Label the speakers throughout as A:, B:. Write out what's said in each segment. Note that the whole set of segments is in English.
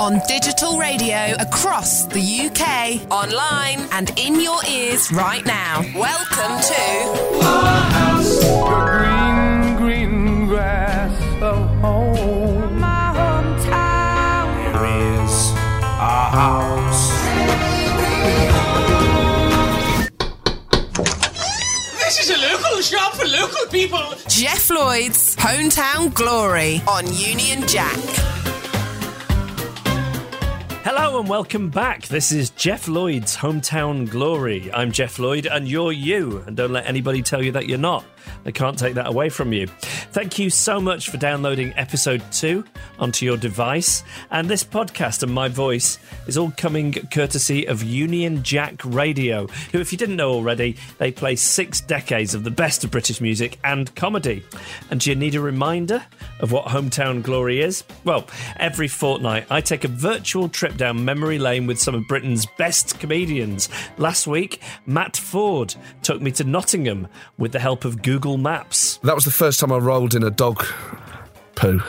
A: on digital radio across the UK, online and in your ears right now. Welcome to
B: The green, green grass of home. My hometown. Here is our house.
C: This is a local shop for local people.
A: Jeff Lloyd's Hometown Glory on Union Jack.
D: Hello and welcome back. This is Jeff Lloyd's Hometown Glory. I'm Jeff Lloyd and you're you. And don't let anybody tell you that you're not. They can't take that away from you. Thank you so much for downloading episode two onto your device. And this podcast and my voice is all coming courtesy of Union Jack Radio, who, if you didn't know already, they play six decades of the best of British music and comedy. And do you need a reminder of what Hometown Glory is? Well, every fortnight I take a virtual trip down memory lane with some of Britain's best comedians. Last week, Matt Ford took me to Nottingham with the help of Google Maps.
E: That was the first time I rolled in a dog poo.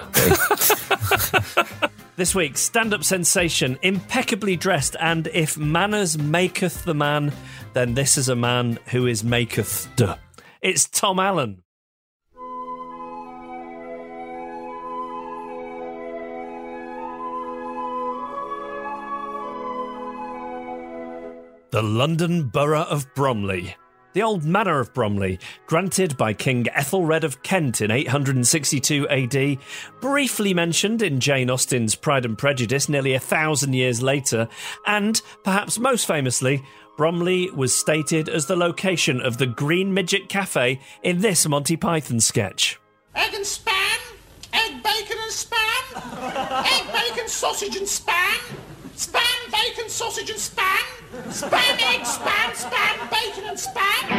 D: This week, stand up sensation, impeccably dressed, and if manners maketh the man, then this is a man who is maketh duh. It's Tom Allen. The London Borough of Bromley. The old manor of Bromley, granted by King Ethelred of Kent in 862 AD, briefly mentioned in Jane Austen's Pride and Prejudice nearly a thousand years later, and perhaps most famously, Bromley was stated as the location of the Green Midget Cafe in this Monty Python sketch.
C: Egg and spam. Egg, bacon and spam. Egg, bacon, sausage and spam. Spam, bacon, sausage and spam. Spam, egg, spam, spam, bacon and spam.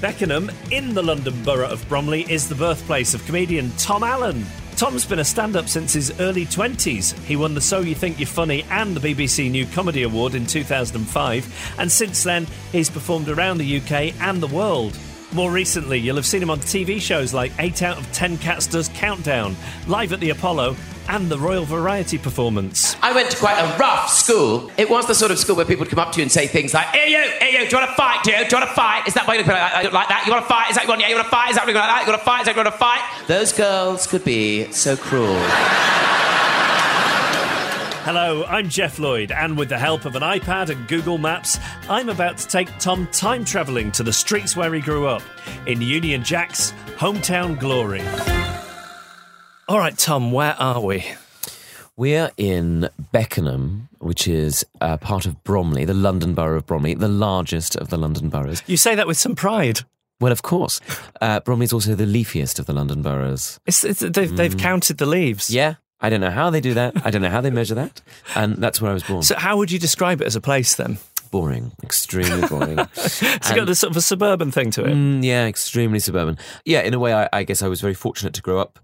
D: Beckenham, in the London borough of Bromley, is the birthplace of comedian Tom Allen. Tom's been a stand up since his early 20s. He won the So You Think You're Funny and the BBC New Comedy Award in 2005, and since then, he's performed around the UK and the world. More recently, you'll have seen him on TV shows like 8 out of 10 Cats Does Countdown, Live at the Apollo, and the Royal Variety Performance.
F: I went to quite a rough school. It was the sort of school where people would come up to you and say things like, hey, you, hey, you, do you want to fight, do you? Do you want to fight? Is that why you look like that? I look like that? You want to fight? Is that what you want? Yeah, you want to fight? Is that what you look like that? You want to fight? Is that what you want to fight? Those girls could be so cruel.
D: Hello, I'm Jeff Lloyd, and with the help of an iPad and Google Maps, I'm about to take Tom time travelling to the streets where he grew up in Union Jack's hometown glory. All right, Tom, where are we?
G: We're in Beckenham, which is uh, part of Bromley, the London borough of Bromley, the largest of the London boroughs.
D: You say that with some pride.
G: Well, of course, uh, Bromley is also the leafiest of the London boroughs.
D: It's, it's, they've, they've counted the leaves.
G: Hmm. Yeah, I don't know how they do that. I don't know how they measure that. And that's where I was born.
D: So, how would you describe it as a place then?
G: boring, extremely boring.
D: It's got this sort of a suburban thing to it.
G: Mm, yeah, extremely suburban. Yeah, in a way, I, I guess I was very fortunate to grow up.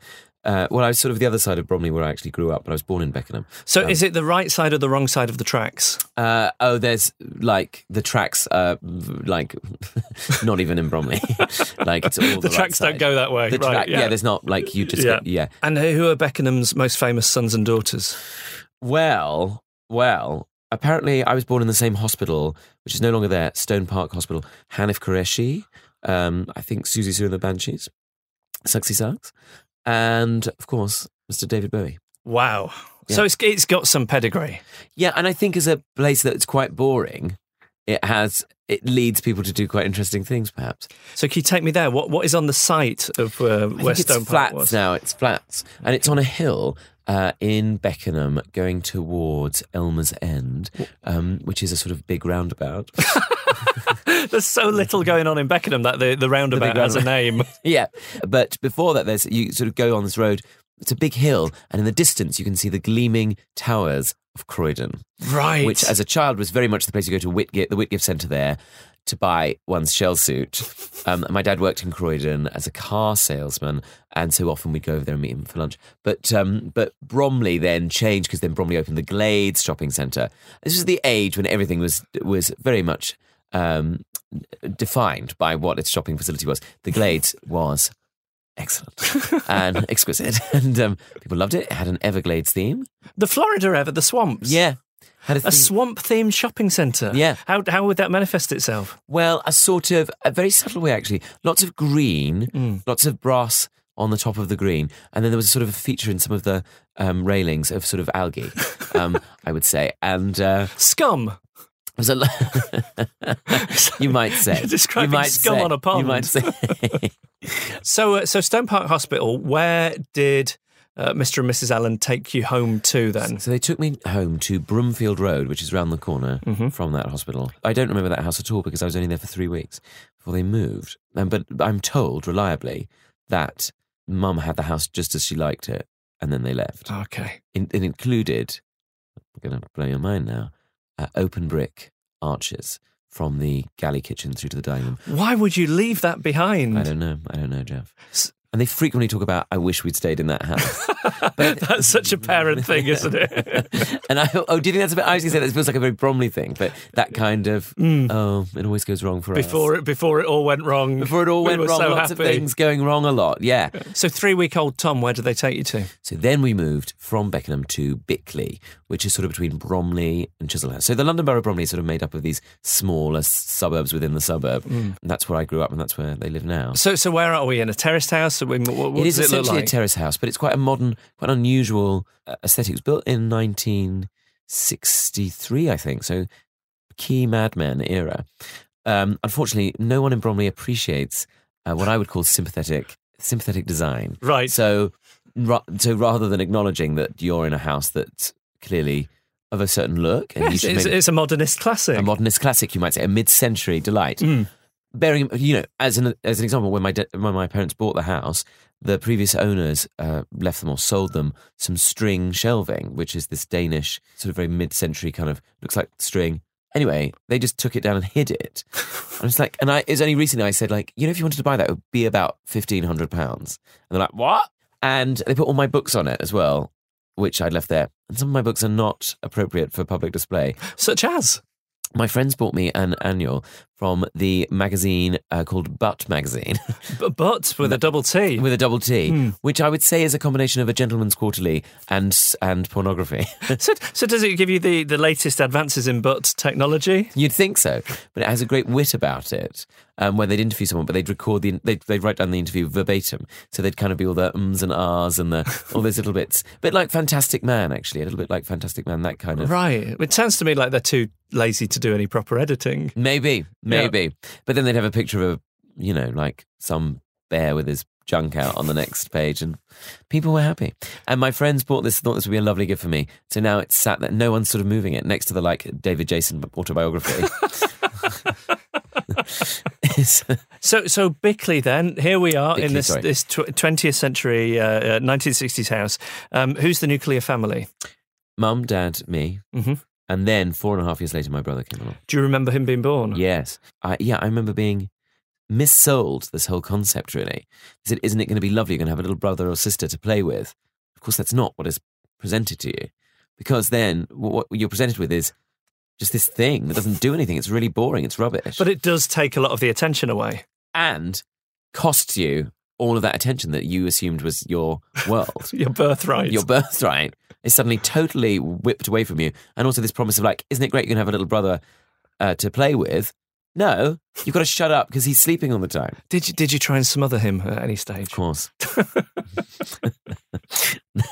G: Uh, well, I was sort of the other side of Bromley where I actually grew up, but I was born in Beckenham.
D: So, is it the right side or the wrong side of the tracks?
G: Uh, oh, there's like the tracks, uh, v- like not even in Bromley. like it's all the, right
D: tracks don't
G: side.
D: go that way,
G: The
D: right,
G: track, yeah.
D: yeah.
G: there's not like you just
D: Yeah.
G: yeah. yeah.
D: And who are Beckenham's most famous sons and daughters?
G: Well, well, apparently I was born in the same hospital, which is no longer there, Stone Park Hospital. Hanif Qureshi, um, I think Susie Sue and the Banshees, Suxy Sucks, and of course Mr. David Bowie.
D: Wow.
G: Yeah.
D: So it's, it's got some pedigree.
G: Yeah, and I think as a place that's quite boring, it has it leads people to do quite interesting things, perhaps.
D: So can you take me there? What what is on the site of uh,
G: I
D: where
G: think
D: Stone
G: it's
D: Park
G: flats
D: was?
G: now. It's flats, and it's on a hill uh, in Beckenham, going towards Elmer's End, um, which is a sort of big roundabout.
D: There's so
G: Mm-hmm.
D: little going on in Beckenham that the, the roundabout has a name.
G: yeah, but before that, there's you sort of go on this road. It's a big hill, and in the distance, you can see the gleaming towers of Croydon.
D: right.
G: which as a child was very much the place you go to Whitgift, the Whitgift Centre there to buy one's shell suit. Um, and my dad worked in Croydon as a car salesman, and so often we'd go over there and meet him for lunch. But um, but Bromley then changed because then Bromley opened the Glades shopping centre. This was the age when everything was was very much um, defined by what its shopping facility was. The Glades was excellent and exquisite. And um, people loved it. It had an Everglades theme.
D: The Florida ever, the swamps.
G: Yeah. Had
D: A
G: theme-
D: swamp themed shopping centre.
G: Yeah.
D: How, how would that manifest itself?
G: Well, a sort of a very subtle way actually. Lots of green,
D: Mm.
G: lots of brass on the top of the green, and then there was a sort of a feature in some of the um, railings of sort of algae, um, I would say, and uh,
D: Scum.
G: it was a. lo- you might say
D: You're describing
G: you might
D: scum
G: say,
D: on a pond.
G: You might say.
D: So, uh, so Stone Park Hospital, where did uh, Mr. and Mrs. Allen take you home to then?
G: So they took me home to Broomfield Road, which is round the corner from that hospital. I don't remember that house at all because I was only there for three weeks before they moved. Um, but I'm told reliably that Mum had the house just as she liked it, and then they left.
D: Okay.
G: In, it included, I'm going to blow your mind now, uh, open brick arches from the galley kitchen through to the dining room.
D: Why would you leave that behind?
G: I don't know. I don't know, Jeff.
D: S-
G: And they frequently talk about, I wish we'd stayed in that house.
D: That's such a parent thing, isn't it?
G: and I oh, do you think that's a bit? I was going to say that feels like a very Bromley thing, but that kind of oh, it always goes wrong for us.
D: Mm. before it, before it all went wrong.
G: Before it all
D: we
G: went
D: were
G: wrong,
D: so
G: lots
D: happy.
G: of things going wrong a lot. Yeah.
D: So, three-week-old Tom, where did they take you to?
G: So then we moved from Beckenham to Bickley, which is sort of between Bromley and Chislehurst. So the London Borough of Bromley is sort of made up of these smaller s- suburbs within the suburb,
D: Mm.
G: and that's where I grew up, and that's where they live now.
D: So, so where are we in a terraced house? Are we- What, what
G: it is
D: does it look
G: essentially
D: like?
G: a terrace house, but it's quite a modern, quite an unusual uh, aesthetic. It was built in 1963, I think, so key madman era. Um, unfortunately, no one in Bromley appreciates uh, what I would call sympathetic sympathetic design.
D: Right.
G: So, ra- so rather than acknowledging that you're in a house that's clearly of a certain look, and you
D: yes,
G: should
D: it's,
G: maybe-
D: it's a modernist classic.
G: a modernist classic, you might say, a mid-century delight. Bearing, you know, as an as an example, when my da- when my parents bought the house, the previous owners uh, left them or sold them some string shelving, which is this Danish sort of very mid-century kind of looks like string. Anyway, they just took it down and hid it. I was like, and I it was only recently I said like, you know, if you wanted to buy that, it would be about fifteen hundred pounds. And they're like, what? And they put all my books on it as well, which I'd left there. And some of my books are not appropriate for public display
D: Such as?
G: my friends bought me an annual from the magazine uh, called Butt Magazine
D: B- But with a double T.
G: with a double T, which I would say is a combination of a gentleman's quarterly and and pornography.
D: So, so does it give you the, the latest advances in butt technology?
G: You'd think so, but it has a great wit about it. Um, when they'd interview someone, but they'd record the they'd, they'd write down the interview verbatim, so they'd kind of be all the ums and ahs and the all those little bits, a bit like Fantastic Man actually, a little bit like Fantastic Man, that kind of
D: Right. It sounds to me like they're too lazy to do any proper editing.
G: Maybe, maybe. But then they'd have a picture of a, you know, like some bear with his junk out on the next page, and people were happy. And my friends bought this, thought this would be a lovely gift for me. So now it's sat there. No one's sort of moving it next to the like David Jason autobiography. It's- uh,
D: So, so Bickley. Then here we are in
G: Bickley,
D: this
G: sorry.
D: this twentieth century, nineteen sixties uh, 1960s house. Um, who's the nuclear family?
G: Mum, dad, me.
D: Mhm.
G: And then four and a half years later, my brother came along.
D: Do you remember him being born?
G: Yes. I, yeah, I remember being missold this whole concept, really. They said, isn't it going to be lovely? You're going to have a little brother or sister to play with. Of course, that's not what is presented to you. Because then what, what you're presented with is just this thing that doesn't do anything. It's really boring. It's rubbish.
D: But it does take a lot of the attention away.
G: and costs you all of that attention that you assumed was your world.
D: Your birthright.
G: your birthright is suddenly totally whipped away from you. And also this promise of like, isn't it great you can have a little brother uh, to play with? No, you've got to shut up because he's sleeping all the time.
D: did you did you try and smother him at any stage?
G: Of course. no.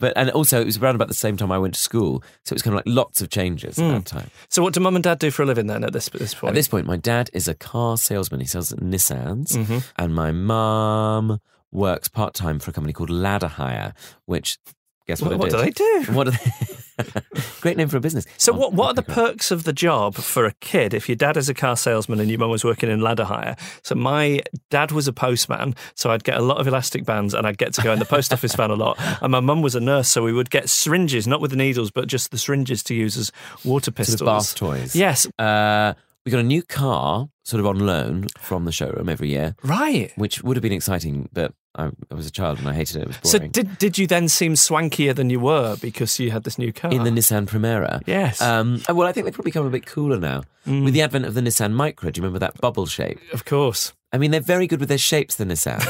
G: But and also it was around about the same time I went to school, so it was kind of like lots of changes at that time.
D: So, what do mum and dad do for a living then? At this at this point,
G: At this point, my dad is a car salesman. He sells Nissans,
D: Mm-hmm.
G: and my mum works part time for a company called Ladder Hire, which guess what?
D: What-
G: I
D: what
G: did?
D: do they do?
G: What are they? Great name for a business. Oh,
D: So
G: I'll-
D: what, what
G: I'll
D: are the
G: pick up.
D: perks of the job for a kid if your dad is a car salesman and your mum was working in ladder hire? So my dad was a postman, so I'd get a lot of elastic bands and I'd get to go in the post office van a lot. And my mum was a nurse, so we would get syringes, not with the needles, but just the syringes to use as water pistols.
G: Sort of bath toys.
D: Yes.
G: Uh, we got a new car, sort of on loan from the showroom every year,
D: Right.
G: which would have been exciting, but I, I was a child and I hated it. It was
D: So
G: boring.
D: did did you then seem swankier than you were because you had this new car?
G: in the Nissan Primera.
D: Yes. Mm.
G: Um, and well, I think they've probably become a bit cooler now with the advent of the Nissan Micra. Do you remember that bubble shape?
D: of course.
G: I mean, they're very good with their shapes, the Nissan.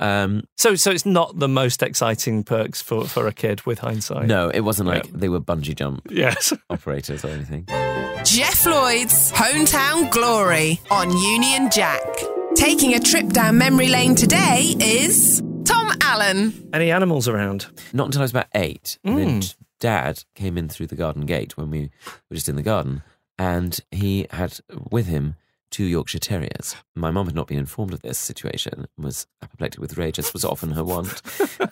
G: Um,
D: So, so it's not the most exciting perks for, for a kid with hindsight.
G: no, it wasn't like they were bungee jump
D: Yes.
G: operators or anything.
A: Jeff Lloyd's Hometown Glory on Union Jack. Taking a trip down memory lane today is Tom Allen.
D: Any animals around?
G: Not until I was about eight. And then dad came in through the garden gate when we were just in the garden, and he had with him two Yorkshire Terriers. My mum had not been informed of this situation, and was apoplectic with rage, as was often her wont,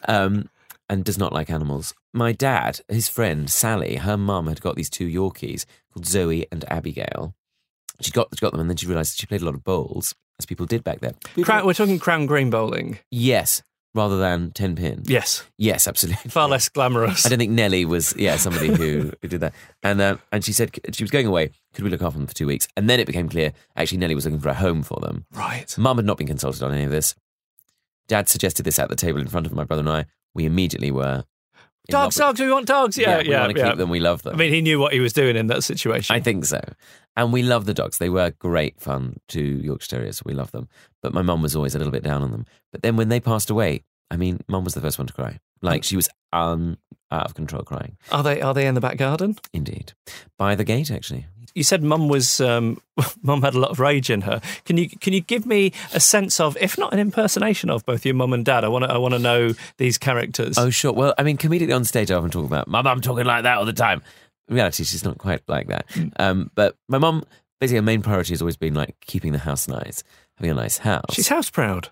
G: um, and does not like animals. My dad, his friend Sally, her mum had got these two Yorkies called Zoe and Abigail. She got, she got them, and then she realised she played a lot of bowls, as people did back then.
D: Crown, we're talking crown green bowling.
G: Yes, rather than ten pin.
D: Yes.
G: Yes, absolutely.
D: Far less glamorous.
G: I don't think Nellie was, yeah, somebody who, who did that. And um, and she said she was going away. Could we look after them for two weeks? And then it became clear actually Nellie was looking for a home for them.
D: Right.
G: Mum had not been consulted on any of this. Dad suggested this at the table in front of my brother and I. We immediately were in
D: Dogs,
G: love
D: dogs, we want dogs.
G: with-
D: Yeah, yeah,
G: we want to
D: yeah.
G: keep them. We love them.
D: I mean, he knew what he was doing in that situation.
G: I think so. And we love the dogs. They were great fun to Yorkshire Terriers. We love them. But my mum was always a little bit down on them. But then when they passed away, I mean, mum was the first one to cry. Like she was un, out of control crying.
D: are they are they in the back garden?
G: Indeed. By the gate, actually.
D: You said mum was um, mum had a lot of rage in her. Can you can you give me a sense of, if not an impersonation of both your mum and dad? I want to I want to know these characters.
G: Oh, sure. Well, I mean, comedically on stage, I often talk about my mum talking like that all the time. In reality, she's not quite like that.
D: Hmm.
G: Um, but my mum, basically, her main priority has always been like keeping the house nice, having a nice house.
D: She's house proud.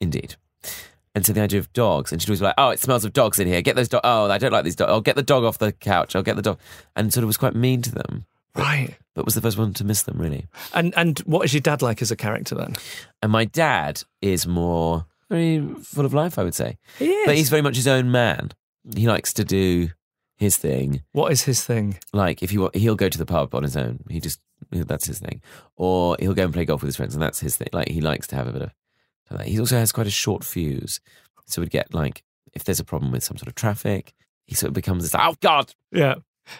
G: Indeed. And so the idea of dogs, and she'd always be like, "Oh, it smells of dogs in here. Get those dogs. Oh, I don't like these dogs. I'll get the dog off the couch. I'll get the dog." And sort of was quite mean to them,
D: Right.
G: but was the first one to miss them really.
D: And and what is your dad like as a character then?
G: And my dad is more very full of life, I would say.
D: He is.
G: But he's very much his own man. He likes to do his thing.
D: What is his thing?
G: Like if he wa- he'll go to the pub on his own. He just that's his thing. Or he'll go and play golf with his friends, and that's his thing. Like he likes to have a bit of. of that. He also has quite a short fuse, so would get like if there's a problem with some sort of traffic, he sort of becomes this. Oh God!
D: Yeah.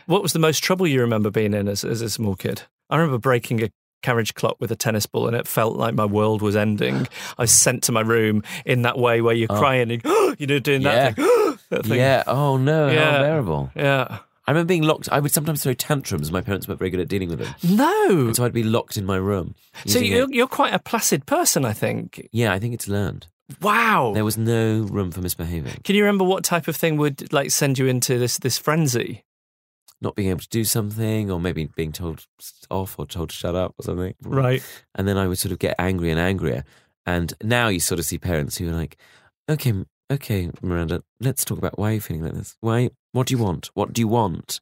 D: What was the most trouble you remember being in as, as a small kid? I remember breaking a carriage clock with a tennis ball and it felt like my world was ending. I was sent to my room in that way where you're crying and you know, doing that thing. that thing.
G: Yeah. Oh no!
D: Yeah.
G: How unbearable.
D: Yeah.
G: I remember being locked. I would sometimes throw tantrums. My parents weren't very good at dealing with them,
D: No.
G: and so I'd be locked in my room.
D: So
G: using
D: you're,
G: it.
D: you're quite a placid person, I think.
G: Yeah, I think it's learned.
D: Wow.
G: There was no room for misbehaving.
D: Can you remember what type of thing would like send you into this this frenzy?
G: not being able to do something or maybe being told off or told to shut up or something.
D: Right.
G: And then I would sort of get angry and angrier. And now you sort of see parents who are like, okay, M- okay, Miranda, let's talk about why are you feeling like this? Why, what do you want? What do you want?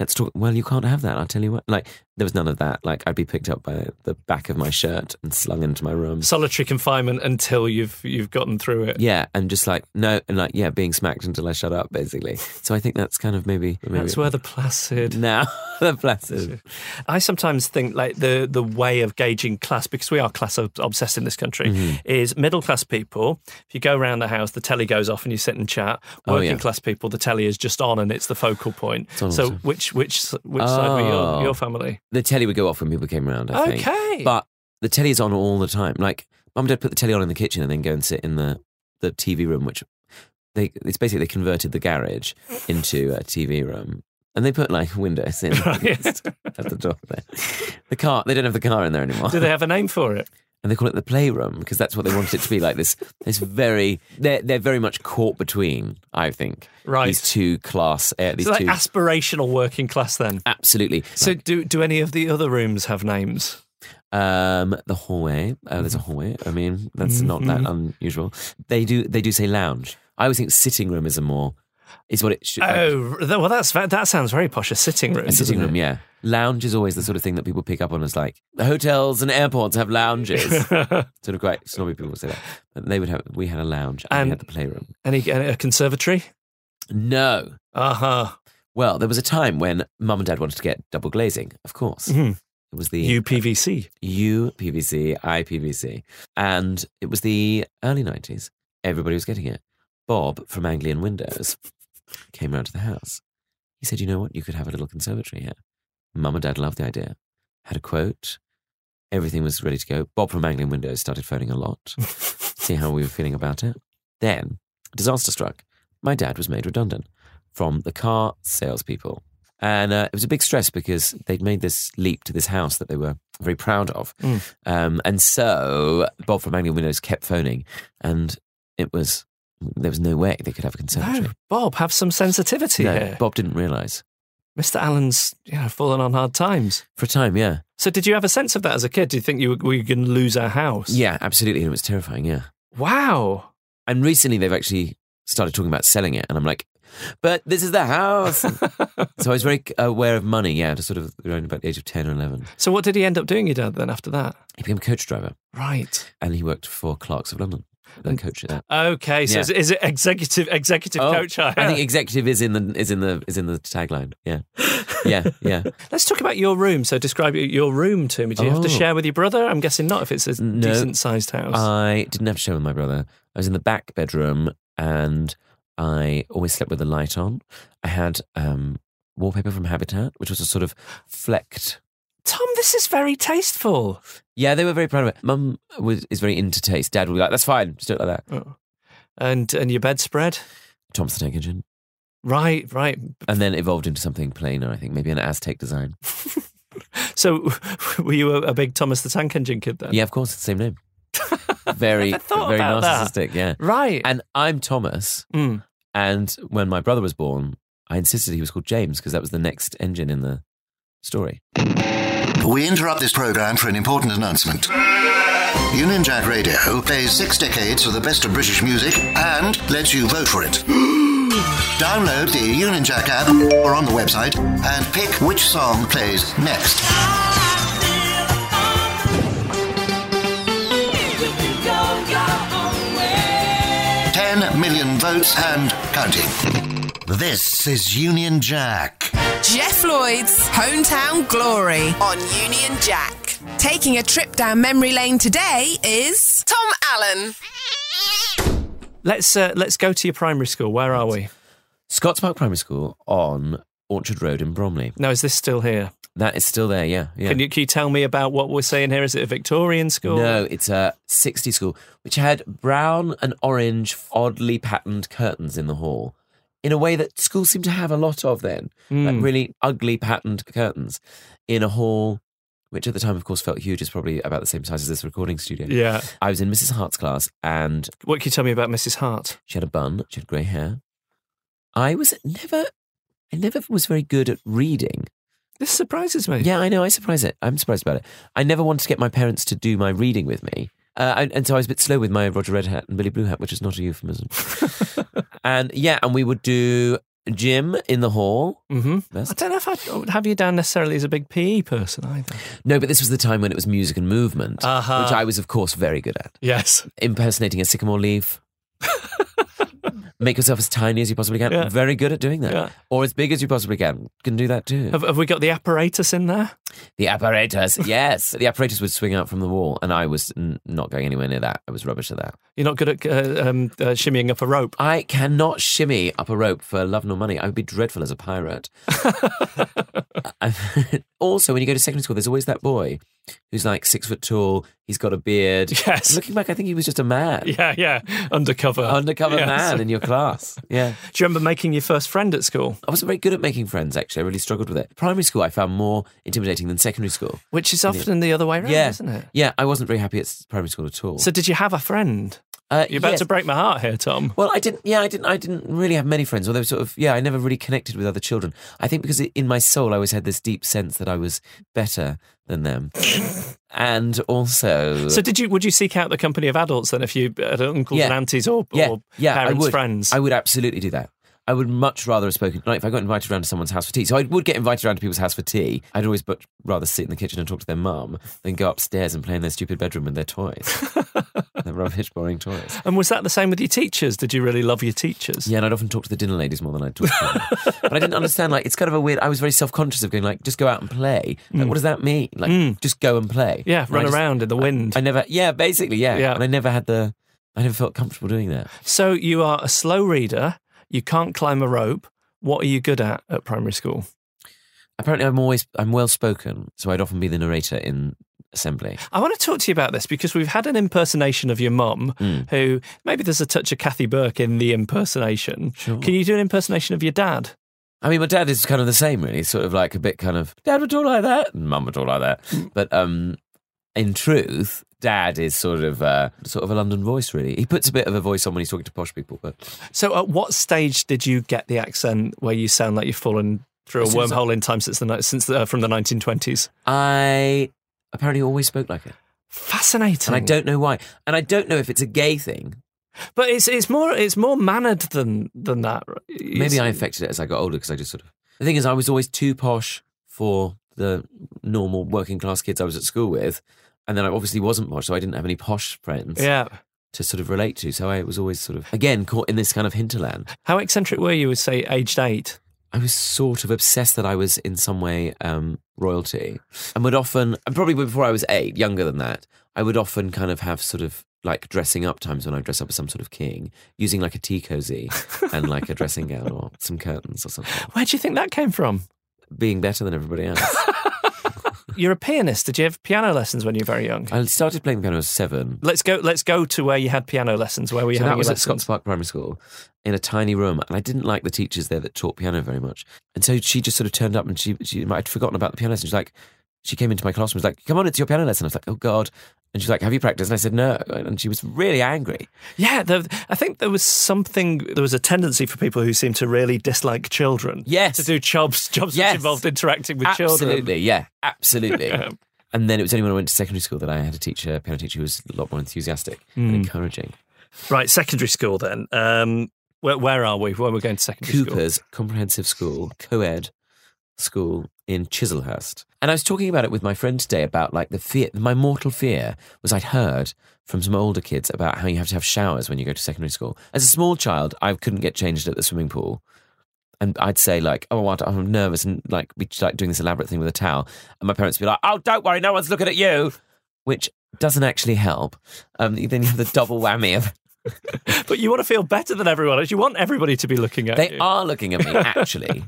G: Let's talk. Well, you can't have that. I'll tell you what. Like, there was none of that. Like, I'd be picked up by the back of my shirt and slung into my room.
D: Solitary confinement until you've you've gotten through it.
G: Yeah. And just like, no. And like, yeah, being smacked until I shut up, basically. So I think that's kind of maybe. maybe
D: That's where the placid
G: Now, the placid.
D: I sometimes think like the the way of gauging class because we are class ob- obsessed in this country is middle class people. If you go around the house, the telly goes off and you sit and chat.
G: Oh,
D: Working
G: yeah.
D: class people, the telly is just on and it's the focal point.
G: on all
D: So
G: the time.
D: which which s- which side were your,
G: Oh.
D: your family?
G: the telly would go off when people came around. I think.
D: Okay.
G: but the telly is on all the time. Like mum and dad put the telly on in the kitchen and then go and sit in the the TV room, which they it's basically they converted the garage into a TV room. And they put like windows in
D: Right.
G: at the door there. The car, they don't have the car in there anymore.
D: Do they have a name for it?
G: And they call it the playroom because that's what they want it to be like this. This very, they're, they're very much caught between, I think.
D: Right.
G: These two class, uh, these
D: It's like
G: two.
D: aspirational working class then.
G: absolutely.
D: So do do any of the other rooms have names?
G: Um, the hallway. Uh, there's a hallway. I mean, that's not that unusual. They do. They do say lounge. I always think sitting room is a more is what it should.
D: Oh, th- well that's that that sounds very posh. A sitting room.
G: a sitting
D: doesn't
G: room.
D: it?
G: Yeah, lounge is always the sort of thing that people pick up on as like hotels and airports have lounges. sort of quite snobby people would say that, but they would have. We had a lounge and
D: And-
G: we had the playroom.
D: Any, any a conservatory?
G: No.
D: Uh huh.
G: Well, there was a time when mum and dad wanted to get double glazing. Of course,
D: Mhm.
G: it was the
D: UPVC.
G: UPVC, IPVC. And it was the early 90s. Everybody was getting it. Bob from Anglian Windows came round to the house. He said, You know what? You could have a little conservatory here. Mum and dad loved the idea. Had a quote. Everything was ready to go. Bob from Anglian Windows started phoning a lot, see how we were feeling about it. Then, disaster struck. My dad was made redundant from the car salespeople. And uh, it was a big stress because they'd made this leap to this house that they were very proud of. Um, and so Bob from Anglian Windows kept phoning, and it was there was no way they could have a
D: No,
G: conservatory.
D: Bob, have some sensitivity
G: No,
D: here.
G: Bob didn't realise.
D: Mr. Allen's, you know, fallen on hard times.
G: For a time, yeah.
D: So, did you have a sense of that as a kid? Do you think you were, were you going to lose our house?
G: Yeah, absolutely. And it was terrifying, yeah.
D: Wow.
G: And recently they've actually started talking about selling it. And I'm like, but this is the house. so I was very aware of money, yeah, to sort of around about the age of 10 or 11.
D: So, what did he end up doing, your dad, then after that?
G: He became a coach driver
D: Right.
G: and he worked for Clark's of London. The coach there.
D: Okay. So,
G: Yeah.
D: is, is it executive executive
G: Oh,
D: coach hire?
G: I think executive is in the is in the is in the tagline. Yeah, yeah, yeah.
D: Let's talk about your room. So, describe your- your room to me. Do you have to
G: Oh.
D: share with your brother? I'm guessing not if it's a
G: No. Uh.
D: decent sized house.
G: I didn't have to share with my brother. I was in the back bedroom and I always slept with the light on. I had um, wallpaper from Habitat, which was a sort of flecked
D: Tom, this is very tasteful.
G: Yeah, they were very proud of it. Mum was is very into taste. Dad would be like, "That's fine, just do it like that."
D: And and your bedspread.
G: Thomas the Tank Engine,
D: Right, right.
G: and then evolved into something plainer. I think maybe an Aztec design.
D: So, were you a, a big Thomas the Tank Engine kid then?
G: Yeah, of course, it's the same name. Very,
D: Never thought
G: very
D: about that.
G: narcissistic. Yeah,
D: Right.
G: and I'm Thomas.
D: Mm.
G: And when my brother was born, I insisted he was called James because that was the next engine in the story.
H: We interrupt this program for an important announcement. Union Jack Radio plays six decades of the best of British music and lets you vote for it. Download the Union Jack app or on the website and pick which song plays next. Ten million votes and counting. This is Union Jack.
A: Jeff Lloyd's Hometown Glory on Union Jack. Taking a trip down memory lane today is Tom Allen.
D: Let's uh, let's go to your primary school. Where are we?
G: Scotts Park Primary School on Orchard Road in Bromley.
D: Now, is this still here?
G: That is still there. Yeah, yeah.
D: Can you can you tell me about what we're saying here? Is it a Victorian school?
G: No, it's a 60 school, which had brown and orange, oddly patterned curtains in the hall in a way that schools seemed to have a lot of then. Like really ugly patterned curtains in a hall, which at the time, of course, felt huge. It's probably about the same size as this recording studio.
D: Yeah.
G: I was in Mrs. Hart's class and
D: What can you tell me about Mrs. Hart?
G: she had a bun, she had grey hair. I was never, I never was very good at reading.
D: This surprises me.
G: Yeah, I know. I surprise it. I'm surprised about it. I never wanted to get my parents to do my reading with me. Uh, and, and so I was a bit slow with my Roger Red Hat and Billy Blue Hat, which is not a euphemism. and yeah, and we would do gym in the hall.
D: hmm
G: That's-
D: I don't know if I would have you down necessarily as a big PE person either.
G: No, but this was the time when it was music and movement,
D: Uh-huh.
G: which I was, of course, very good at.
D: Yes.
G: Impersonating a sycamore leaf. Make yourself as tiny as you possibly can.
D: Yeah.
G: Very good at doing that.
D: Yeah.
G: Or as big as you possibly can. Can do that too.
D: Have, have we got the apparatus in there?
G: The apparatus, yes. The apparatus would swing out from the wall, and I was n- not going anywhere near that. I was rubbish at that.
D: You're not good at uh, um, uh, shimmying up a rope.
G: I cannot shimmy up a rope for love nor money. I would be dreadful as a pirate. I- also, when you go to secondary school, there's always that boy who's like six foot tall. He's got a beard.
D: Yes.
G: Looking back, I think he was just a man,
D: Yeah, yeah. Undercover.
G: undercover
D: Yes.
G: man in your class. Yeah.
D: Do you remember making your first friend at school?
G: I wasn't very good at making friends, actually. I really struggled with it. Primary school, I found more intimidating than secondary school.
D: Which is often the other way around,
G: yeah.
D: isn't it?
G: Yeah, I wasn't very happy at s- primary school at all.
D: So, did you have a friend?
G: uh,
D: You're about
G: yes.
D: to break my heart here, Tom.
G: Well, I didn't. Yeah, I didn't. I didn't really have many friends. Although, sort of, yeah, I never really connected with other children. I think because in my soul, I always had this deep sense that I was better than them, and also,
D: So, did you? Would you seek out the company of adults then, if you had uncles
G: Yeah.
D: and aunties or,
G: yeah,
D: or
G: yeah, I
D: parents,
G: would.
D: friends?
G: I would absolutely do that. I would much rather have spoken. Like if I got invited around to someone's house for tea, so I would get invited around to people's house for tea. I'd always much rather sit in the kitchen and talk to their mum than go upstairs and play in their stupid bedroom with their toys, their rubbish, boring toys.
D: and was that the same with your teachers? Did you really love your teachers?
G: Yeah, and I'd often talk to the dinner ladies more than I'd talk to them. but I didn't understand, like, it's kind of a weird, I was very self conscious of going, like, just go out and play. Like, what does that mean? Like, just go and play.
D: Mm. Yeah,
G: And I
D: run
G: just-
D: around in the wind.
G: I never, yeah, basically, yeah.
D: Yeah.
G: And I never had the, I never felt comfortable doing that.
D: so you are a slow reader. You can't climb a rope. What are you good at at primary school?
G: Apparently, I'm always, I'm well spoken, so I'd often be the narrator in assembly.
D: I want to talk to you about this because we've had an impersonation of your mum,
G: Hmm.
D: who maybe there's a touch of Kathy Burke in the impersonation. Can you do an impersonation of your dad?
G: I mean, my dad is kind of the same, really. Sort of like a bit kind of dad would talk like that, and mum would talk
D: Mm.
G: like that. But um, in truth, dad is sort of uh, sort of a London voice, really. He puts a bit of a voice on when he's talking to posh people, but
D: So, at what stage did you get the accent where you sound like you've fallen through a
G: As soon as I-
D: wormhole in time since the ni- since the, uh, from the 1920s?
G: I apparently always spoke like it,
D: Fascinating.
G: and I don't know why, and I don't know if it's a gay thing.
D: But it's it's more it's more mannered than than that.
G: Maybe I affected it as I got older because I just sort of. The thing is, I was always too posh for the normal working class kids I was at school with. And then I obviously wasn't posh, so I didn't have any posh friends
D: Yeah.
G: to sort of relate to. So I was always sort of, again, caught in this kind of hinterland.
D: How eccentric were you? Say aged eight.
G: I was sort of obsessed that I was in some way um, royalty, and would often, and probably before I was eight, younger than that, I would often kind of have sort of like dressing up times when I would dress up as some sort of king, using like a tea cozy and like a dressing gown or some curtains or something,
D: Where do you think that came from?
G: being better than everybody else.
D: You're a pianist. Did you have piano lessons when you were very young?
G: I started playing the piano when I was seven.
D: Let's go. Let's go to where you had piano lessons. Where were you
G: So
D: having
G: that was
D: your
G: at Scotts
D: lessons?
G: Park Primary School in a tiny room, and I didn't like the teachers there that taught piano very much. And so she just sort of turned up, and she, she I'd forgotten about the piano lesson. She's like, she came into my classroom, was like, "Come on, it's your piano lesson." I was like, "Oh God!" And she's like, "Have you practiced?" And I said, "No." And she was really angry.
D: Yeah, there, I think there was something. There was a tendency for people who seemed to really dislike children.
G: Yes.
D: to do jobs jobs
G: Yes.
D: which involved interacting with
G: absolutely,
D: children.
G: yeah, absolutely. and then it was only when I went to secondary school that I had a teacher, a piano teacher, who was a lot more enthusiastic and encouraging.
D: Right, secondary school then. Um, where, where are we? Where we're going to secondary school?
G: Cooper's comprehensive school, co-ed school in Chiselhurst. And I was talking about it with my friend today about like the fear, my mortal fear was I'd heard from some older kids about how you have to have showers when you go to secondary school. As a small child, I couldn't get changed at the swimming pool. And I'd say like, oh, I- I'm nervous and like be like doing this elaborate thing with a towel. And my parents would be like, oh, don't worry, no one's looking at you, which doesn't actually help. Um, then you have the double whammy of
D: But you want to feel better than everyone else. You want everybody to be looking at
G: they
D: you.
G: are looking at me actually.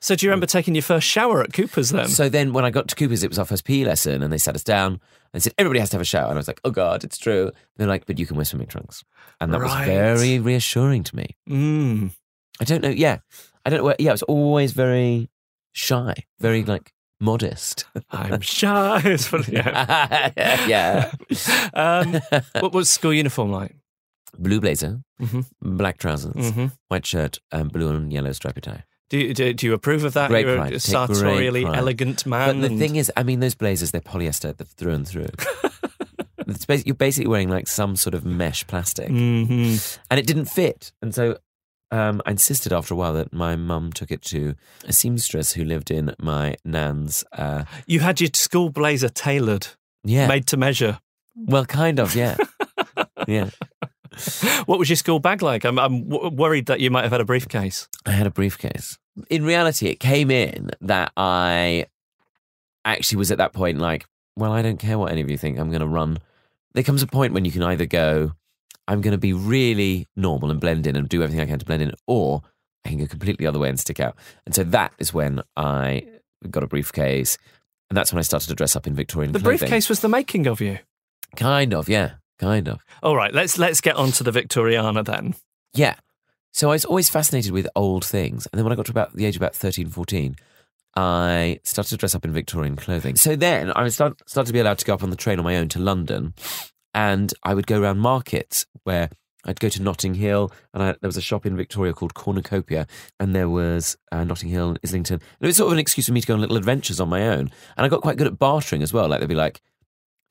D: So do you remember taking your first shower at Cooper's then?
G: So then when I got to Cooper's, it was our first PE lesson, and they sat us down and said, Everybody has to have a shower. And I was like, Oh God, it's true. And they're like, But you can wear swimming trunks. And that
D: Right.
G: was very reassuring to me.
D: mm.
G: I don't know. Yeah. I don't know. where- Yeah. I was always very shy, very like modest.
D: I'm shy. It's funny, yeah.
G: yeah.
D: Um, what was school uniform like?
G: Blue blazer,
D: Mhm.
G: black trousers,
D: Mhm.
G: white shirt, and blue and yellow stripy tie.
D: Do you, do, do you approve of that?
G: Great
D: You're
G: pride.
D: a
G: Take great
D: sartorially
G: pride.
D: elegant man.
G: But the
D: and-
G: thing is, I mean, those blazers, they're polyester they're through and through. It's basi- you're basically wearing like some sort of mesh plastic.
D: Mhm.
G: and it didn't fit. And so um, I insisted after a while that my mum took it to a seamstress who lived in my nan's. Uh,
D: You had your school blazer tailored,
G: yeah,
D: made to measure.
G: well, kind of, yeah, yeah.
D: What was your school bag like? I'm, I'm w- worried that you might have had a briefcase.
G: I had a briefcase. In reality, it came in that I actually was at that point like, well, I don't care what any of you think. I'm going to run. There comes a point when you can either go, I'm going to be really normal and blend in and do everything I can to blend in, or I can go completely the other way and stick out. And so that is when I got a briefcase. And that's when I started to dress up in Victorian
D: The
G: clothing.
D: briefcase was the making of you.
G: Kind of, yeah. Kind of.
D: All right, let's let's get on to the Victoriana then.
G: Yeah. So I was always fascinated with old things. And then when I got to about the age of about 13, 14, I started to dress up in Victorian clothing. So then I was start, started to be allowed to go up on the train on my own to London. And I would go around markets where I'd go to Notting Hill. And I, there was a shop in Victoria called Cornucopia. And there was uh, Notting Hill and Islington. And it was sort of an excuse for me to go on little adventures on my own. And I got quite good at bartering as well. Like they'd be like,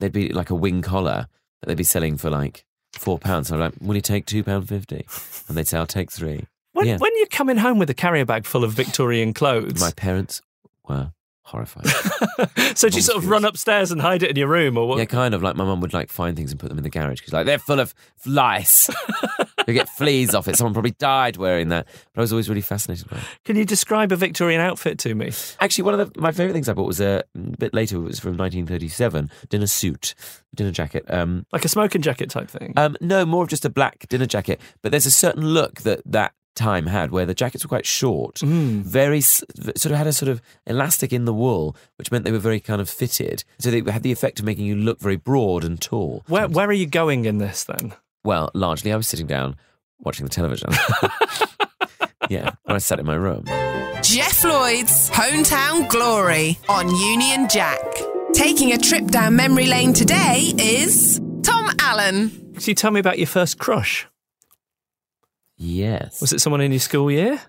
G: they'd be like a wing collar that they'd be selling for like four pounds. And I'm like, will you take two pound fifty? And they'd say, I'll take three.
D: When,
G: Yeah.
D: when you're coming home with a carrier bag full of Victorian clothes,
G: My parents were horrified.
D: so do you sort of run upstairs and hide it in your room, or what?
G: yeah, kind of like my mum would like find things and put them in the garage because like they're full of lice. you get fleas off it. Someone probably died wearing that. But I was always really fascinated by it.
D: Can you describe a Victorian outfit to me?
G: Actually, one of the, my favorite things I bought was a, a bit later. It was from 1937 dinner suit, dinner jacket. Um, Uh,
D: Like a smoking jacket type thing.
G: Um, no, more of just a black dinner jacket. But there's a certain look that that time had where the jackets were quite short, very s- v- sort of had a sort of elastic in the wool, which meant they were very kind of fitted. So they had the effect of making you look very broad and tall.
D: Where, where are you going in this then?
G: Well, largely I was sitting down watching the television. yeah, or I sat in my room.
A: Jeff Lloyd's Hometown Glory on Union Jack. Taking a trip down memory lane today is Tom Allen.
D: So you tell me about your first crush.
G: Yes.
D: Was it someone in your school year?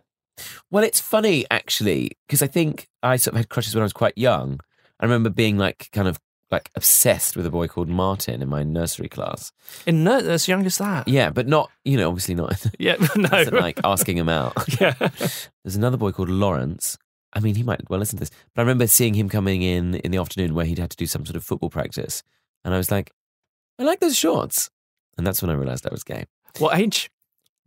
G: Well, it's funny actually because I think I sort of had crushes when I was quite young. I remember being like kind of like obsessed with a boy called Martin in my nursery class.
D: In no, as young as that.
G: Yeah, but not you know obviously not
D: Yeah, no.
G: wasn't like asking him out.
D: Oh. yeah.
G: There's another boy called Lawrence. I mean, he might well listen to this, but I remember seeing him coming in in the afternoon where he'd had to do some sort of football practice, and I was like, I like those shorts, and that's when I realised I was gay.
D: What age?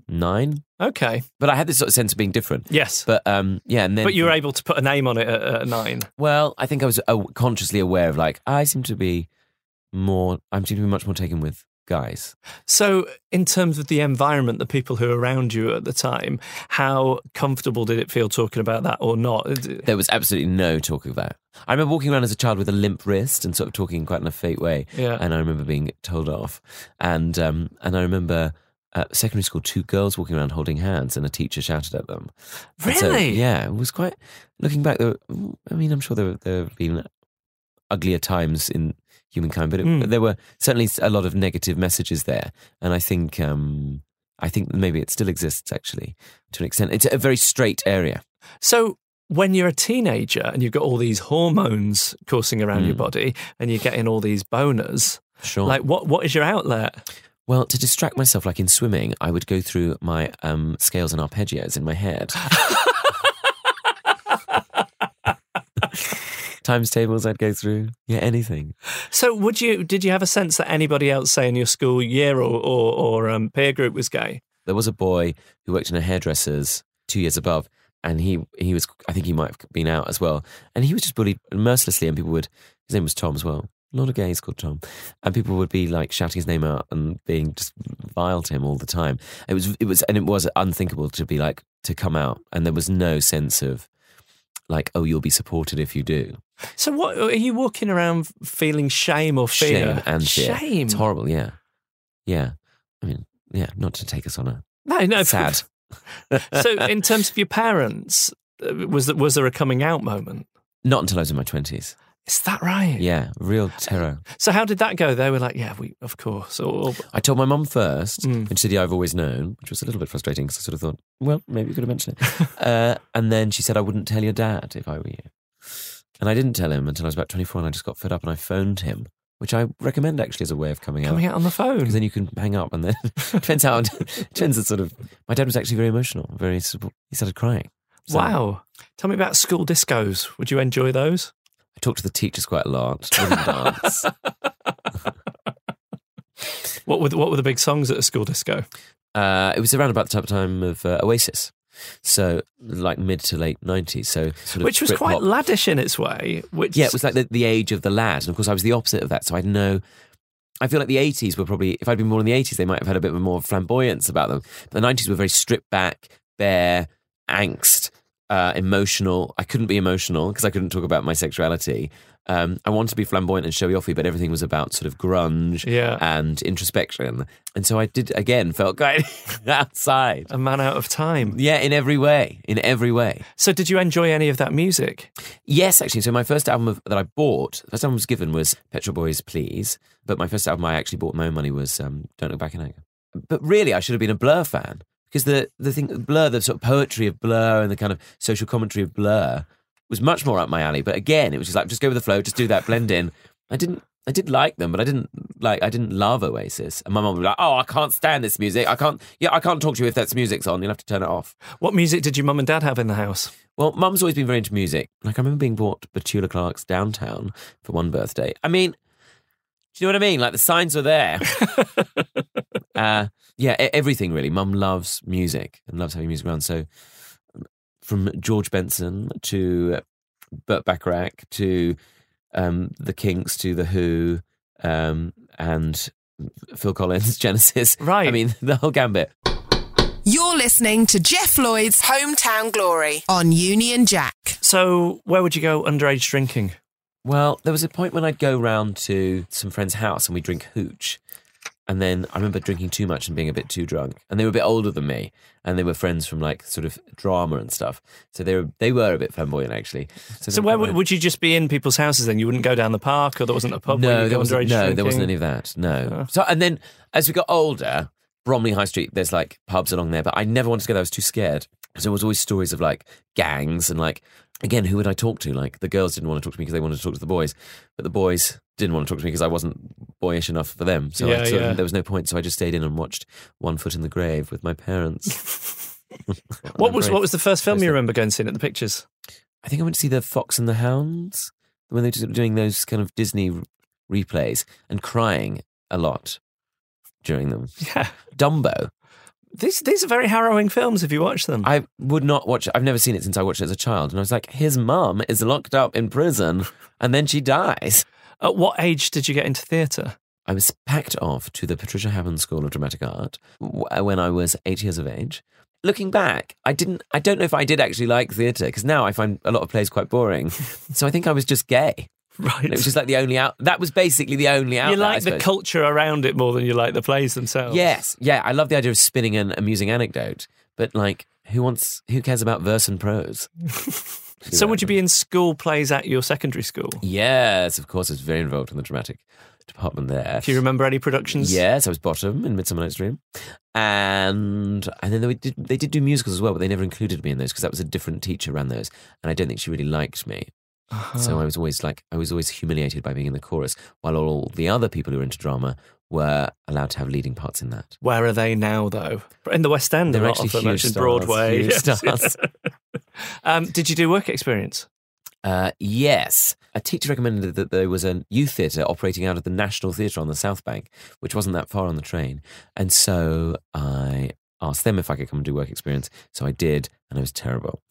G: Nine,
D: Okay.
G: but I had this sort of sense of being different.
D: Yes. But,
G: But um, yeah, and then
D: you were able to put a name on it at, at nine.
G: Well, I think I was uh, consciously aware of like I seem to be more. I seem to be much more taken with guys.
D: So, in terms of the environment, the people who were around you at the time, how comfortable did it feel talking about that or not?
G: There was absolutely no talk of that. I remember walking around as a child with a limp wrist and sort of talking in quite in a fake way.
D: Yeah.
G: And I remember being told off. And um, and I remember. At secondary school, two girls walking around holding hands, and a teacher shouted at them. And so,
D: Really?
G: yeah, it was quite. Looking back, there, were- I mean, I'm sure there, there have been uglier times in humankind, but, it,
D: Mm.
G: but there were certainly a lot of negative messages there, and I think um, I think maybe it still exists actually to an extent. It's a very straight area.
D: So, when you're a teenager and you've got all these hormones coursing around your
G: Mm.
D: body and you're getting all these boners,
G: Sure.
D: like what, what is your outlet?
G: well, to distract myself, like in swimming, I would go through my um, scales and arpeggios in my head. Times tables I'd go through. Yeah, anything.
D: So, would you did you have a sense that anybody else, say in your school year or or, or um, peer group, was gay?
G: there was a boy who worked in a hairdresser's two years above, and he he was I think he might have been out as well, and he was just bullied mercilessly, and people would his name was Tom as well. A lot of gays called Tom, and people would be like shouting his name out and being just vile to him all the time. It was it was and it was unthinkable to be like to come out, and there was no sense of like oh you'll be supported if you do.
D: So, what are you walking around feeling shame or fear?
G: Shame and fear.
D: Shame.
G: It's horrible. Yeah, yeah. I mean, yeah. Not to take us on a
D: No, no.
G: sad.
D: so, in terms of your parents, uh, was that was there a coming out moment?
G: Not until I was in my twenties.
D: Is that right?
G: Yeah, real terror.
D: So, how did that go? They were like, "Yeah, we of course." Or, or-
G: I told my mum first,
D: Mm.
G: and she said, Yeah, I've always known, which was a little bit frustrating because I sort of thought, Well, maybe you could have mentioned it. uh, and then she said, I wouldn't tell your dad if I were you. And I didn't tell him until I was about 24, and I just got fed up and I phoned him, which I recommend actually as a way of coming,
D: coming
G: out.
D: out on the phone.
G: Because then you can hang up, and then depends how depends. on sort of my dad was actually very emotional, very support- he started crying. So
D: Wow. Tell me about school discos. Would you enjoy those?
G: I talked to the teachers quite a lot, wouldn't dance.
D: What were the, what were the big songs at a school disco?
G: Uh, it was around about the type of time of uh, Oasis, so like mid to late nineties. So sort of
D: Which was
G: Britpop.
D: quite laddish in its way. Which
G: yeah, it was like the, the age of the lad, and of course I was the opposite of that. So I would know. I feel like the eighties were probably if I'd been born in the eighties, they might have had a bit more flamboyance about them. But the nineties were very stripped back, bare, angst, uh, emotional. I couldn't be emotional because I couldn't talk about my sexuality. Um, I wanted to be flamboyant and showy offy, but everything was about sort of grunge
D: Yeah.
G: and introspection. And so I did again felt quite outside.
D: a man out of time.
G: Yeah, in every way. In every way.
D: So, did you enjoy any of that music?
G: Yes, actually. So my first album of, that I bought, the first album I was given was Petrol Boys Please, but my first album I actually bought with my own money was um, Don't Look Back in Anger. But really, I should have been a Blur fan because the the thing Blur, the sort of poetry of Blur and the kind of social commentary of Blur was much more up my alley. But again, it was just like just go with the flow, just do that, blend in. I didn't. I did like them, but I didn't like. I didn't love Oasis, and my mum would be like, "Oh, I can't stand this music. I can't. Yeah, I can't talk to you if that's music's on. You'll have to turn it off."
D: What music did your mum and dad have in the house?
G: Well, mum's always been very into music. Like, I remember being brought Petula Clark's downtown for one birthday. I mean, do you know what I mean? Like, the signs were there. uh, yeah, e- everything really. Mum loves music and loves having music around. So, from George Benson to Burt Bacharach to um, The Kinks to The Who um, and Phil Collins, Genesis.
D: Right.
G: I mean, the whole gambit.
A: You're You're listening to Jeff Lloyd's Hometown Glory on Union Jack.
D: So, where would you go underage drinking?
G: Well, there was a point when I'd go round to some friend's house and we'd drink hooch. And then I remember drinking too much and being a bit too drunk. And they were a bit older than me. And they were friends from like sort of drama and stuff. So they were, they were a bit flamboyant actually.
D: So,
G: then
D: where
G: I
D: would,
G: went-
D: would you just be in people's houses then? You wouldn't go down the park, or there wasn't a pub. where
G: no,
D: you'd
G: there
D: go
G: wasn't,
D: underage
G: no,
D: drinking? Oh.
G: there wasn't any of that. No. So and then as we got older, Bromley High Street, there's like pubs along there, but I never wanted to go there. I was too scared. So there was always stories of like gangs and like again, who would I talk to? Like the girls didn't want to talk to me because they wanted to talk to the boys, but the boys didn't want to talk to me because I wasn't boyish enough for them. So, I
D: Yeah,
G: sort of-
D: yeah.
G: there was no point. So I just stayed in and watched One Foot in the Grave with my parents.
D: What was
G: Grave.
D: what was the first film
G: There's
D: you
G: the-
D: remember going to see at the pictures?
G: I think I went to see the Fox and the Hounds when they were doing those kind of Disney r- replays and crying a lot during them.
D: Yeah,
G: Dumbo.
D: these these are very harrowing films if you watch them.
G: I would not watch it. I've never seen it since I watched it as a child. And I was like, his mum is locked up in prison and then she dies.
D: At what age did you get into theatre?
G: I was packed off to the Patricia Hammond School of Dramatic Art w- uh, when I was eight years of age. Looking back, I didn't. I don't know if I did actually like theatre because now I find a lot of plays quite boring. so I think I was just gay.
D: Right,
G: And it was just like the only out. That was basically the only out.
D: you like the culture around it more than you like the plays themselves.
G: Yes, yeah. I love the idea of spinning an amusing anecdote, but like, who wants? Who cares about verse and prose?
D: So would you be in school plays at your secondary school?
G: Yes, of course. I was very involved in the dramatic department there.
D: Do you remember any productions?
G: Yes, I was bottom in Midsummer Night's Dream, and and then they did they did do musicals as well, but they never included me in those because that was a different teacher ran those, and I don't think she really liked me.
D: Uh-huh.
G: So I was always like I was always humiliated by being in the chorus, while all the other people who were into drama were allowed to have leading parts in that.
D: Where are they now, though? In the West End,
G: They're
D: a lot
G: actually
D: of them,
G: huge
D: actually,
G: stars,
D: Broadway.
G: huge
D: Yes.
G: stars.
D: um, did you do work experience?
G: Uh, yes. A teacher recommended that there was a youth theatre operating out of the National Theatre on the South Bank, which wasn't that far on the train. And so I asked them if I could come and do work experience. So I did, and it was terrible.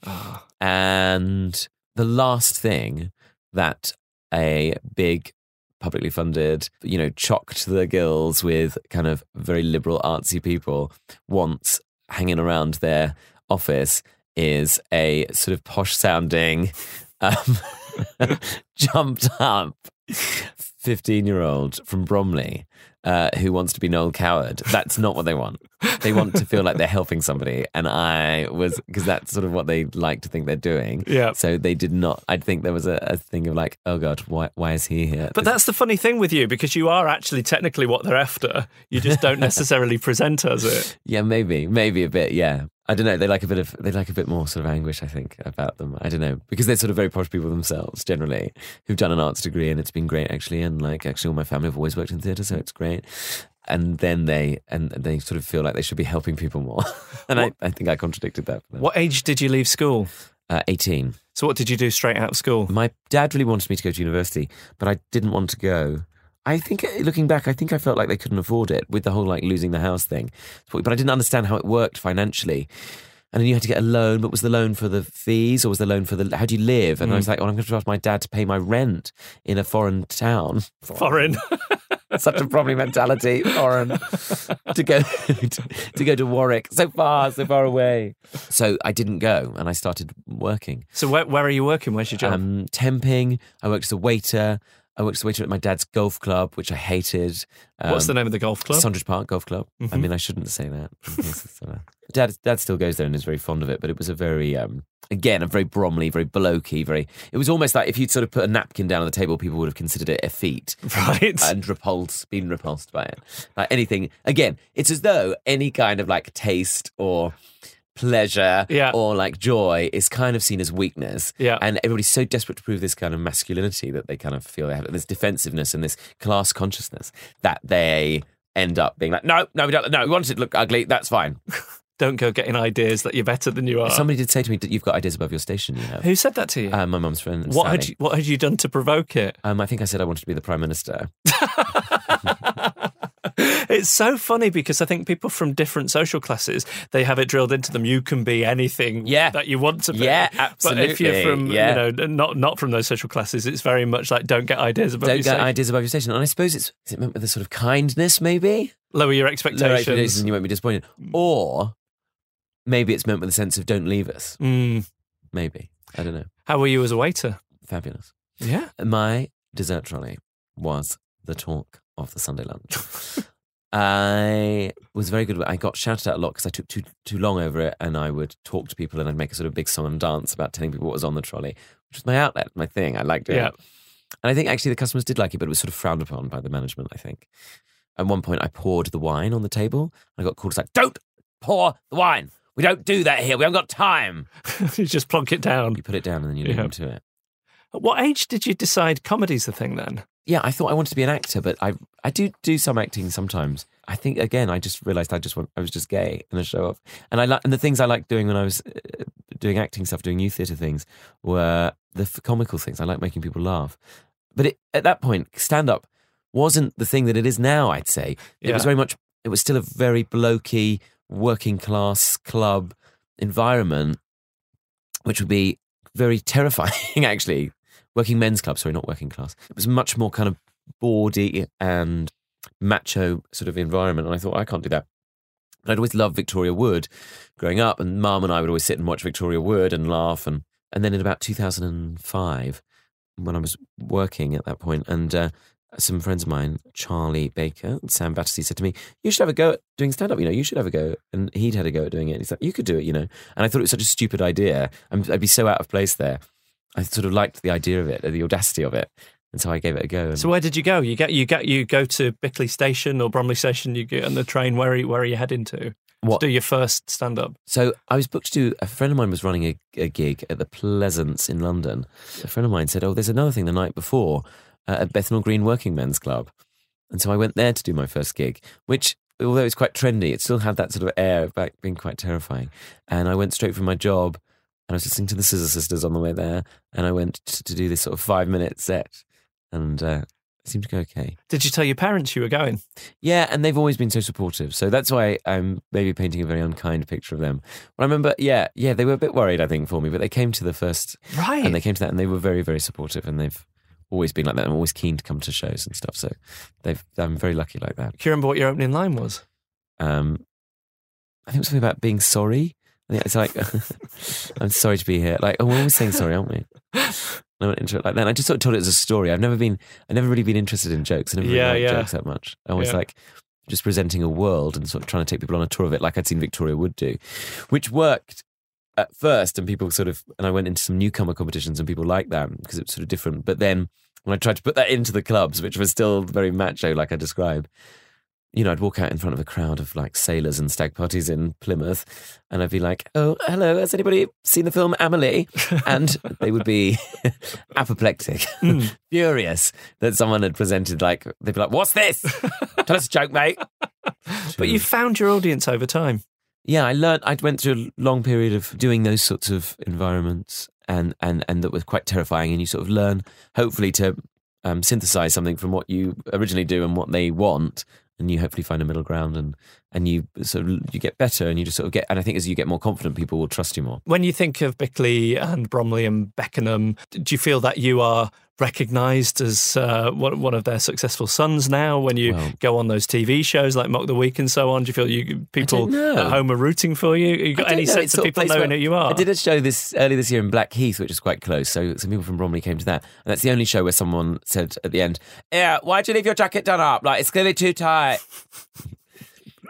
G: and the last thing that a big publicly funded, you know, chocked the gills with kind of very liberal artsy people wants hanging around their office is a sort of posh sounding um, jumped up 15 year old from Bromley uh, who wants to be Noel Coward. That's not what they want. They want to feel like they're helping somebody. And I was, because that's sort of what they like to think they're doing.
D: Yeah.
G: So they did not, I think there was a, a thing of like, oh God, why, why is he here?
D: But
G: This-
D: that's the funny thing with you, because you are actually technically what they're after. You just don't necessarily present as it.
G: yeah, maybe, maybe a bit. Yeah. I don't know. They like a bit of, they like a bit more sort of anguish, I think, about them. I don't know. Because they're sort of very posh people themselves, generally, who've done an arts degree and it's been great, actually. And like, actually, all my family have always worked in theatre, so it's great. And then they, and they sort of feel like they should be helping people more. and I, I think I contradicted that. For them.
D: What age did you leave school?
G: Uh, 18.
D: So what did you do straight out of school?
G: My dad really wanted me to go to university, but I didn't want to go. I think, uh, looking back, I think I felt like they couldn't afford it with the whole like losing the house thing. But but I didn't understand how it worked financially. And then you had to get a loan, but was the loan for the fees or was the loan for the how do you live? And I was like, well, I'm going to ask my dad to pay my rent in a foreign town.
D: Foreign.
G: Such a probably mentality, foreign to go to go to Warwick, so far, so far away. So I didn't go, and I started working.
D: so where, where are you working? Where's your job?
G: Um, temping. I worked as a waiter. I worked as a waiter at my dad's golf club, which I hated. Uh,
D: What's the
G: um,
D: name of the golf club? Mm-hmm.
G: Sundridge Park Golf Club. I mean, I shouldn't say that. in case it's, uh, Dad, Dad still goes there and is very fond of it, but it was a very, um, again, a very Bromley, very blokey, very. It was almost like if you'd sort of put a napkin down on the table, people would have considered it effete
D: right.
G: and repulsed, been repulsed by it. Like anything, again, it's as though any kind of like taste or pleasure
D: Yeah.
G: or like joy is kind of seen as weakness.
D: Yeah.
G: And everybody's so desperate to prove this kind of masculinity that they kind of feel they have this defensiveness and this class consciousness that they end up being like, no, no, we don't, no, we want it to look ugly. That's fine.
D: don't go getting ideas that you're better than you are.
G: Somebody did say to me that you've got ideas above your station, you know.
D: Who said that to you?
G: Uh, my mum's friend.
D: what had
G: Sally.
D: you, what had you done to provoke it?
G: Um, I think I said I wanted to be the prime minister.
D: It's so funny because I think people from different social classes they have it drilled into them. You can be anything
G: Yeah.
D: that you want to be.
G: Yeah,
D: But if you're
G: absolutely.
D: from
G: Yeah.
D: you know not not from those social classes, it's very much like don't get ideas about
G: Don't
D: yourself.
G: get ideas above your station. And I suppose it's is it meant with a sort of kindness, maybe.
D: Lower your
G: lower
D: expectations.
I: Mm.
G: expectations and you won't be disappointed. Or maybe it's meant with a sense of don't leave us.
D: Hmm.
I: Mm.
G: Maybe. I don't know.
I: How were you as a waiter?
G: Fabulous.
I: Yeah.
G: my dessert trolley was the talk of the Sunday lunch. I was very good. at- I got shouted at a lot because I took too too long over it, and I would talk to people and I'd make a sort of big song and dance about telling people what was on the trolley, which was my outlet, my thing. I liked it.
I: Yeah.
G: And I think actually the customers did like it, but it was sort of frowned upon by the management. I think. At one point, I poured the wine on the table. I got called it's like, "Don't pour the wine. We don't do that here. We haven't got time."
I: you just plonk it down.
G: You put it down and then you lead
I: Yeah.
G: them to it.
I: At what age did you decide comedy's the thing then?
G: yeah, I thought I wanted to be an actor, but I I do do some acting sometimes. I think again, I just realized I just want I was just gay and I show off. And I like and the things I liked doing when I was uh, doing acting stuff, doing youth theatre things, were the f- comical things. I like making people laugh. But it, at that point, stand up wasn't the thing that it is now. I'd say it
I: Yeah.
G: was very much. It was still a very blokey, working class club environment, which would be very terrifying actually working men's club, sorry, not working class. It was much more kind of bawdy and macho sort of environment. And I thought, I can't do that. But I'd always loved Victoria Wood growing up, and mum and I would always sit and watch Victoria Wood and laugh. And, and then in about 2005, when I was working at that point, and uh, some friends of mine, Charlie Baker and Sam Battersea, said to me, You should have a go at doing stand up, you know, you should have a go. And he'd had a go at doing it. And he's like, You could do it, you know. And I thought it was such a stupid idea. I'm, I'd be so out of place there. I sort of liked the idea of it, the audacity of it, and so I gave it a go. And
I: So where did you go? You get you get you go to Bickley Station or Bromley Station. You get on the train. Where are you, where are you heading to?
G: What-
I: To do your first stand up.
G: So I was booked to do, a friend of mine was running a, a gig at the Pleasance in London. A friend of mine said, Oh, there's another thing the night before uh, at Bethnal Green Working Men's Club. And so I went there to do my first gig, which, although it's quite trendy, it still had that sort of air of like, being quite terrifying. And I went straight from my job and I was listening to the Scissor Sisters on the way there. And I went to, to do this sort of five minute set and uh, it seemed to go okay.
I: Did you tell your parents you were going?
G: Yeah, and they've always been so supportive. So that's why I'm maybe painting a very unkind picture of them. But I remember, yeah, yeah, they were a bit worried, I think, for me, but they came to the first,
I: Right.
G: and they came to that, and they were very, very supportive, and they've always been like that. I'm always keen to come to shows and stuff. So they've, I'm very lucky like that.
I: Do you remember what your opening line was?
G: Um, I think it was something about being sorry. I think it's like, I'm sorry to be here. Like, oh, we're always saying sorry, aren't we? And I went into it like that. And I just sort of told it as a story. I've never been, I've never really been interested in jokes. I never really
I: Yeah,
G: liked
I: yeah.
G: jokes that much. I was
I: Yeah.
G: like just presenting a world and sort of trying to take people on a tour of it, like I'd seen Victoria Wood do, which worked at first. And people sort of, and I went into some newcomer competitions and people liked that because it was sort of different. But then when I tried to put that into the clubs, which was still very macho, like I described, you know, I'd walk out in front of a crowd of like sailors and stag parties in Plymouth, and I'd be like, "Oh, hello, has anybody seen the film Amelie?" And they would be apoplectic,
I: Hmm.
G: furious that someone had presented like they'd be like, "What's this? Tell us a joke, mate."
I: But
G: Hmm.
I: you found your audience over time.
G: yeah, I learned. I went through a long period of doing those sorts of environments, and and and that was quite terrifying. And you sort of learn, hopefully, to um, synthesize something from what you originally do and what they want, and you hopefully find a middle ground, and and you sort of you get better, and you just sort of get. And I think as you get more confident, people will trust you more.
I: When you think of Bickley and Bromley and Beckenham, do you feel that you are recognised as uh, one one of their successful sons now? When you
G: Well-
I: go on those TV shows like Mock the Week and so on, do you feel you people
G: know.
I: at home are rooting for you? You
G: I
I: got
G: don't
I: any
G: know, it's
I: sense of
G: sort
I: people
G: place
I: knowing
G: where-
I: who you are?
G: I did a show this earlier this year in Blackheath, which is quite close. So some people from Bromley came to that, and that's the only show where someone said at the end, "Yeah, why'd you leave your jacket done up? Like it's clearly too tight."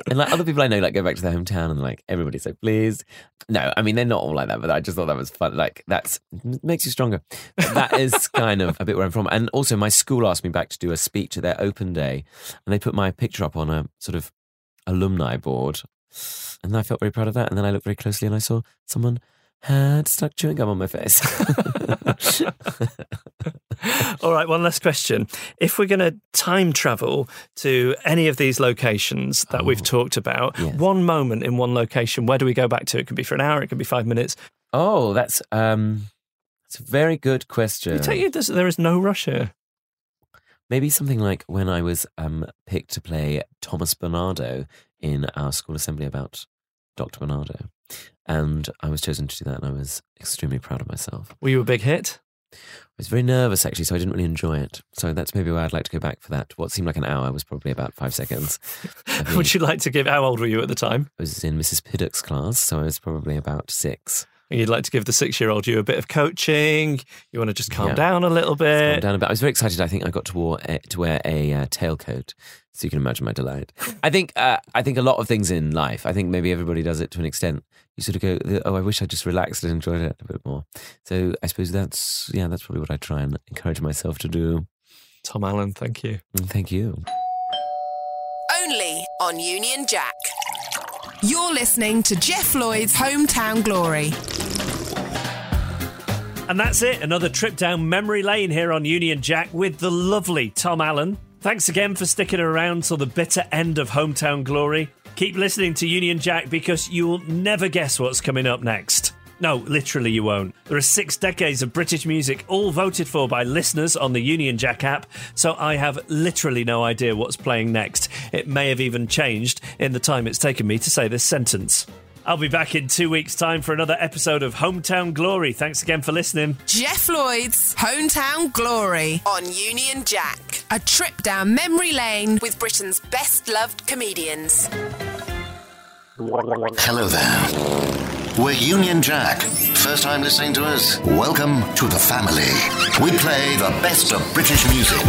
G: and like other people I know, like go back to their hometown and like everybody's so pleased. No, I mean they're not all like that, but I just thought that was fun. Like that's makes you stronger. But that is kind of a bit where I'm from. And also, my school asked me back to do a speech at their open day, and they put my picture up on a sort of alumni board. And I felt very proud of that. And then I looked very closely and I saw someone had stuck chewing gum on my face.
I: All right, one last question. If we're going to time travel to any of these locations that we've talked about,
G: Oh. Yes.
I: one moment in one location, where do we go back to? It could be for an hour, it could be five minutes.
G: oh, that's um, that's a very good question.
I: You take you, there's, there is no rush here.
G: Maybe something like when I was um, picked to play Thomas Bernardo in our school assembly about Dr. Bernardo. And I was chosen to do that, and I was extremely proud of myself.
I: Were you a big hit?
G: I was very nervous actually, so I didn't really enjoy it. So that's maybe why I'd like to go back for that. What seemed like an hour was probably about five seconds. I think
D: Would you like to give? How old were you at the time?
G: I was in Mrs. Piddock's class, so I was probably about six.
D: You'd like to give the six-year-old you a bit of coaching. You want to just calm
G: Yeah.
D: down a little
G: Calm
D: bit.
G: down a bit. I was very excited. I think I got to wear a, to wear a uh, tailcoat, so you can imagine my delight. I think uh, I think a lot of things in life. I think maybe everybody does it to an extent. You sort of go, oh, I wish I just relaxed and enjoyed it a bit more. So I suppose that's yeah, that's probably what I try and encourage myself to do.
D: Tom Allen, thank you.
G: And Thank you.
A: Only on Union Jack. You're listening to Jeff Lloyd's Hometown Glory.
J: And that's it. Another trip down memory lane here on Union Jack with the lovely Tom Allen. Thanks again for sticking around till the bitter end of Hometown Glory. Keep listening to Union Jack because you'll never guess what's coming up next. No, literally, you won't. There are six decades of British music, all voted for by listeners on the Union Jack app, so I have literally no idea what's playing next. It may have even changed in the time it's taken me to say this sentence. I'll be back in two weeks' time for another episode of Hometown Glory. Thanks again for listening.
A: Jeff Lloyd's Hometown Glory on Union Jack. A trip down memory lane with Britain's best loved comedians.
H: Hello there. We're Union Jack. First time listening to us? Welcome to the family. We play the best of British music.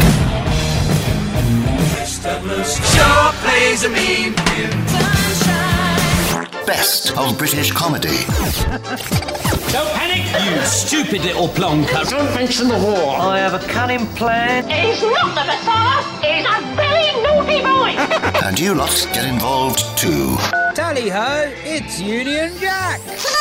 H: Best of British comedy.
F: Don't panic, you stupid little plonker. Don't mention the war. I have a cunning plan.
C: He's not the Messiah. He's a very naughty boy.
H: And you lot get involved too.
F: Tally ho, it's Union Jack.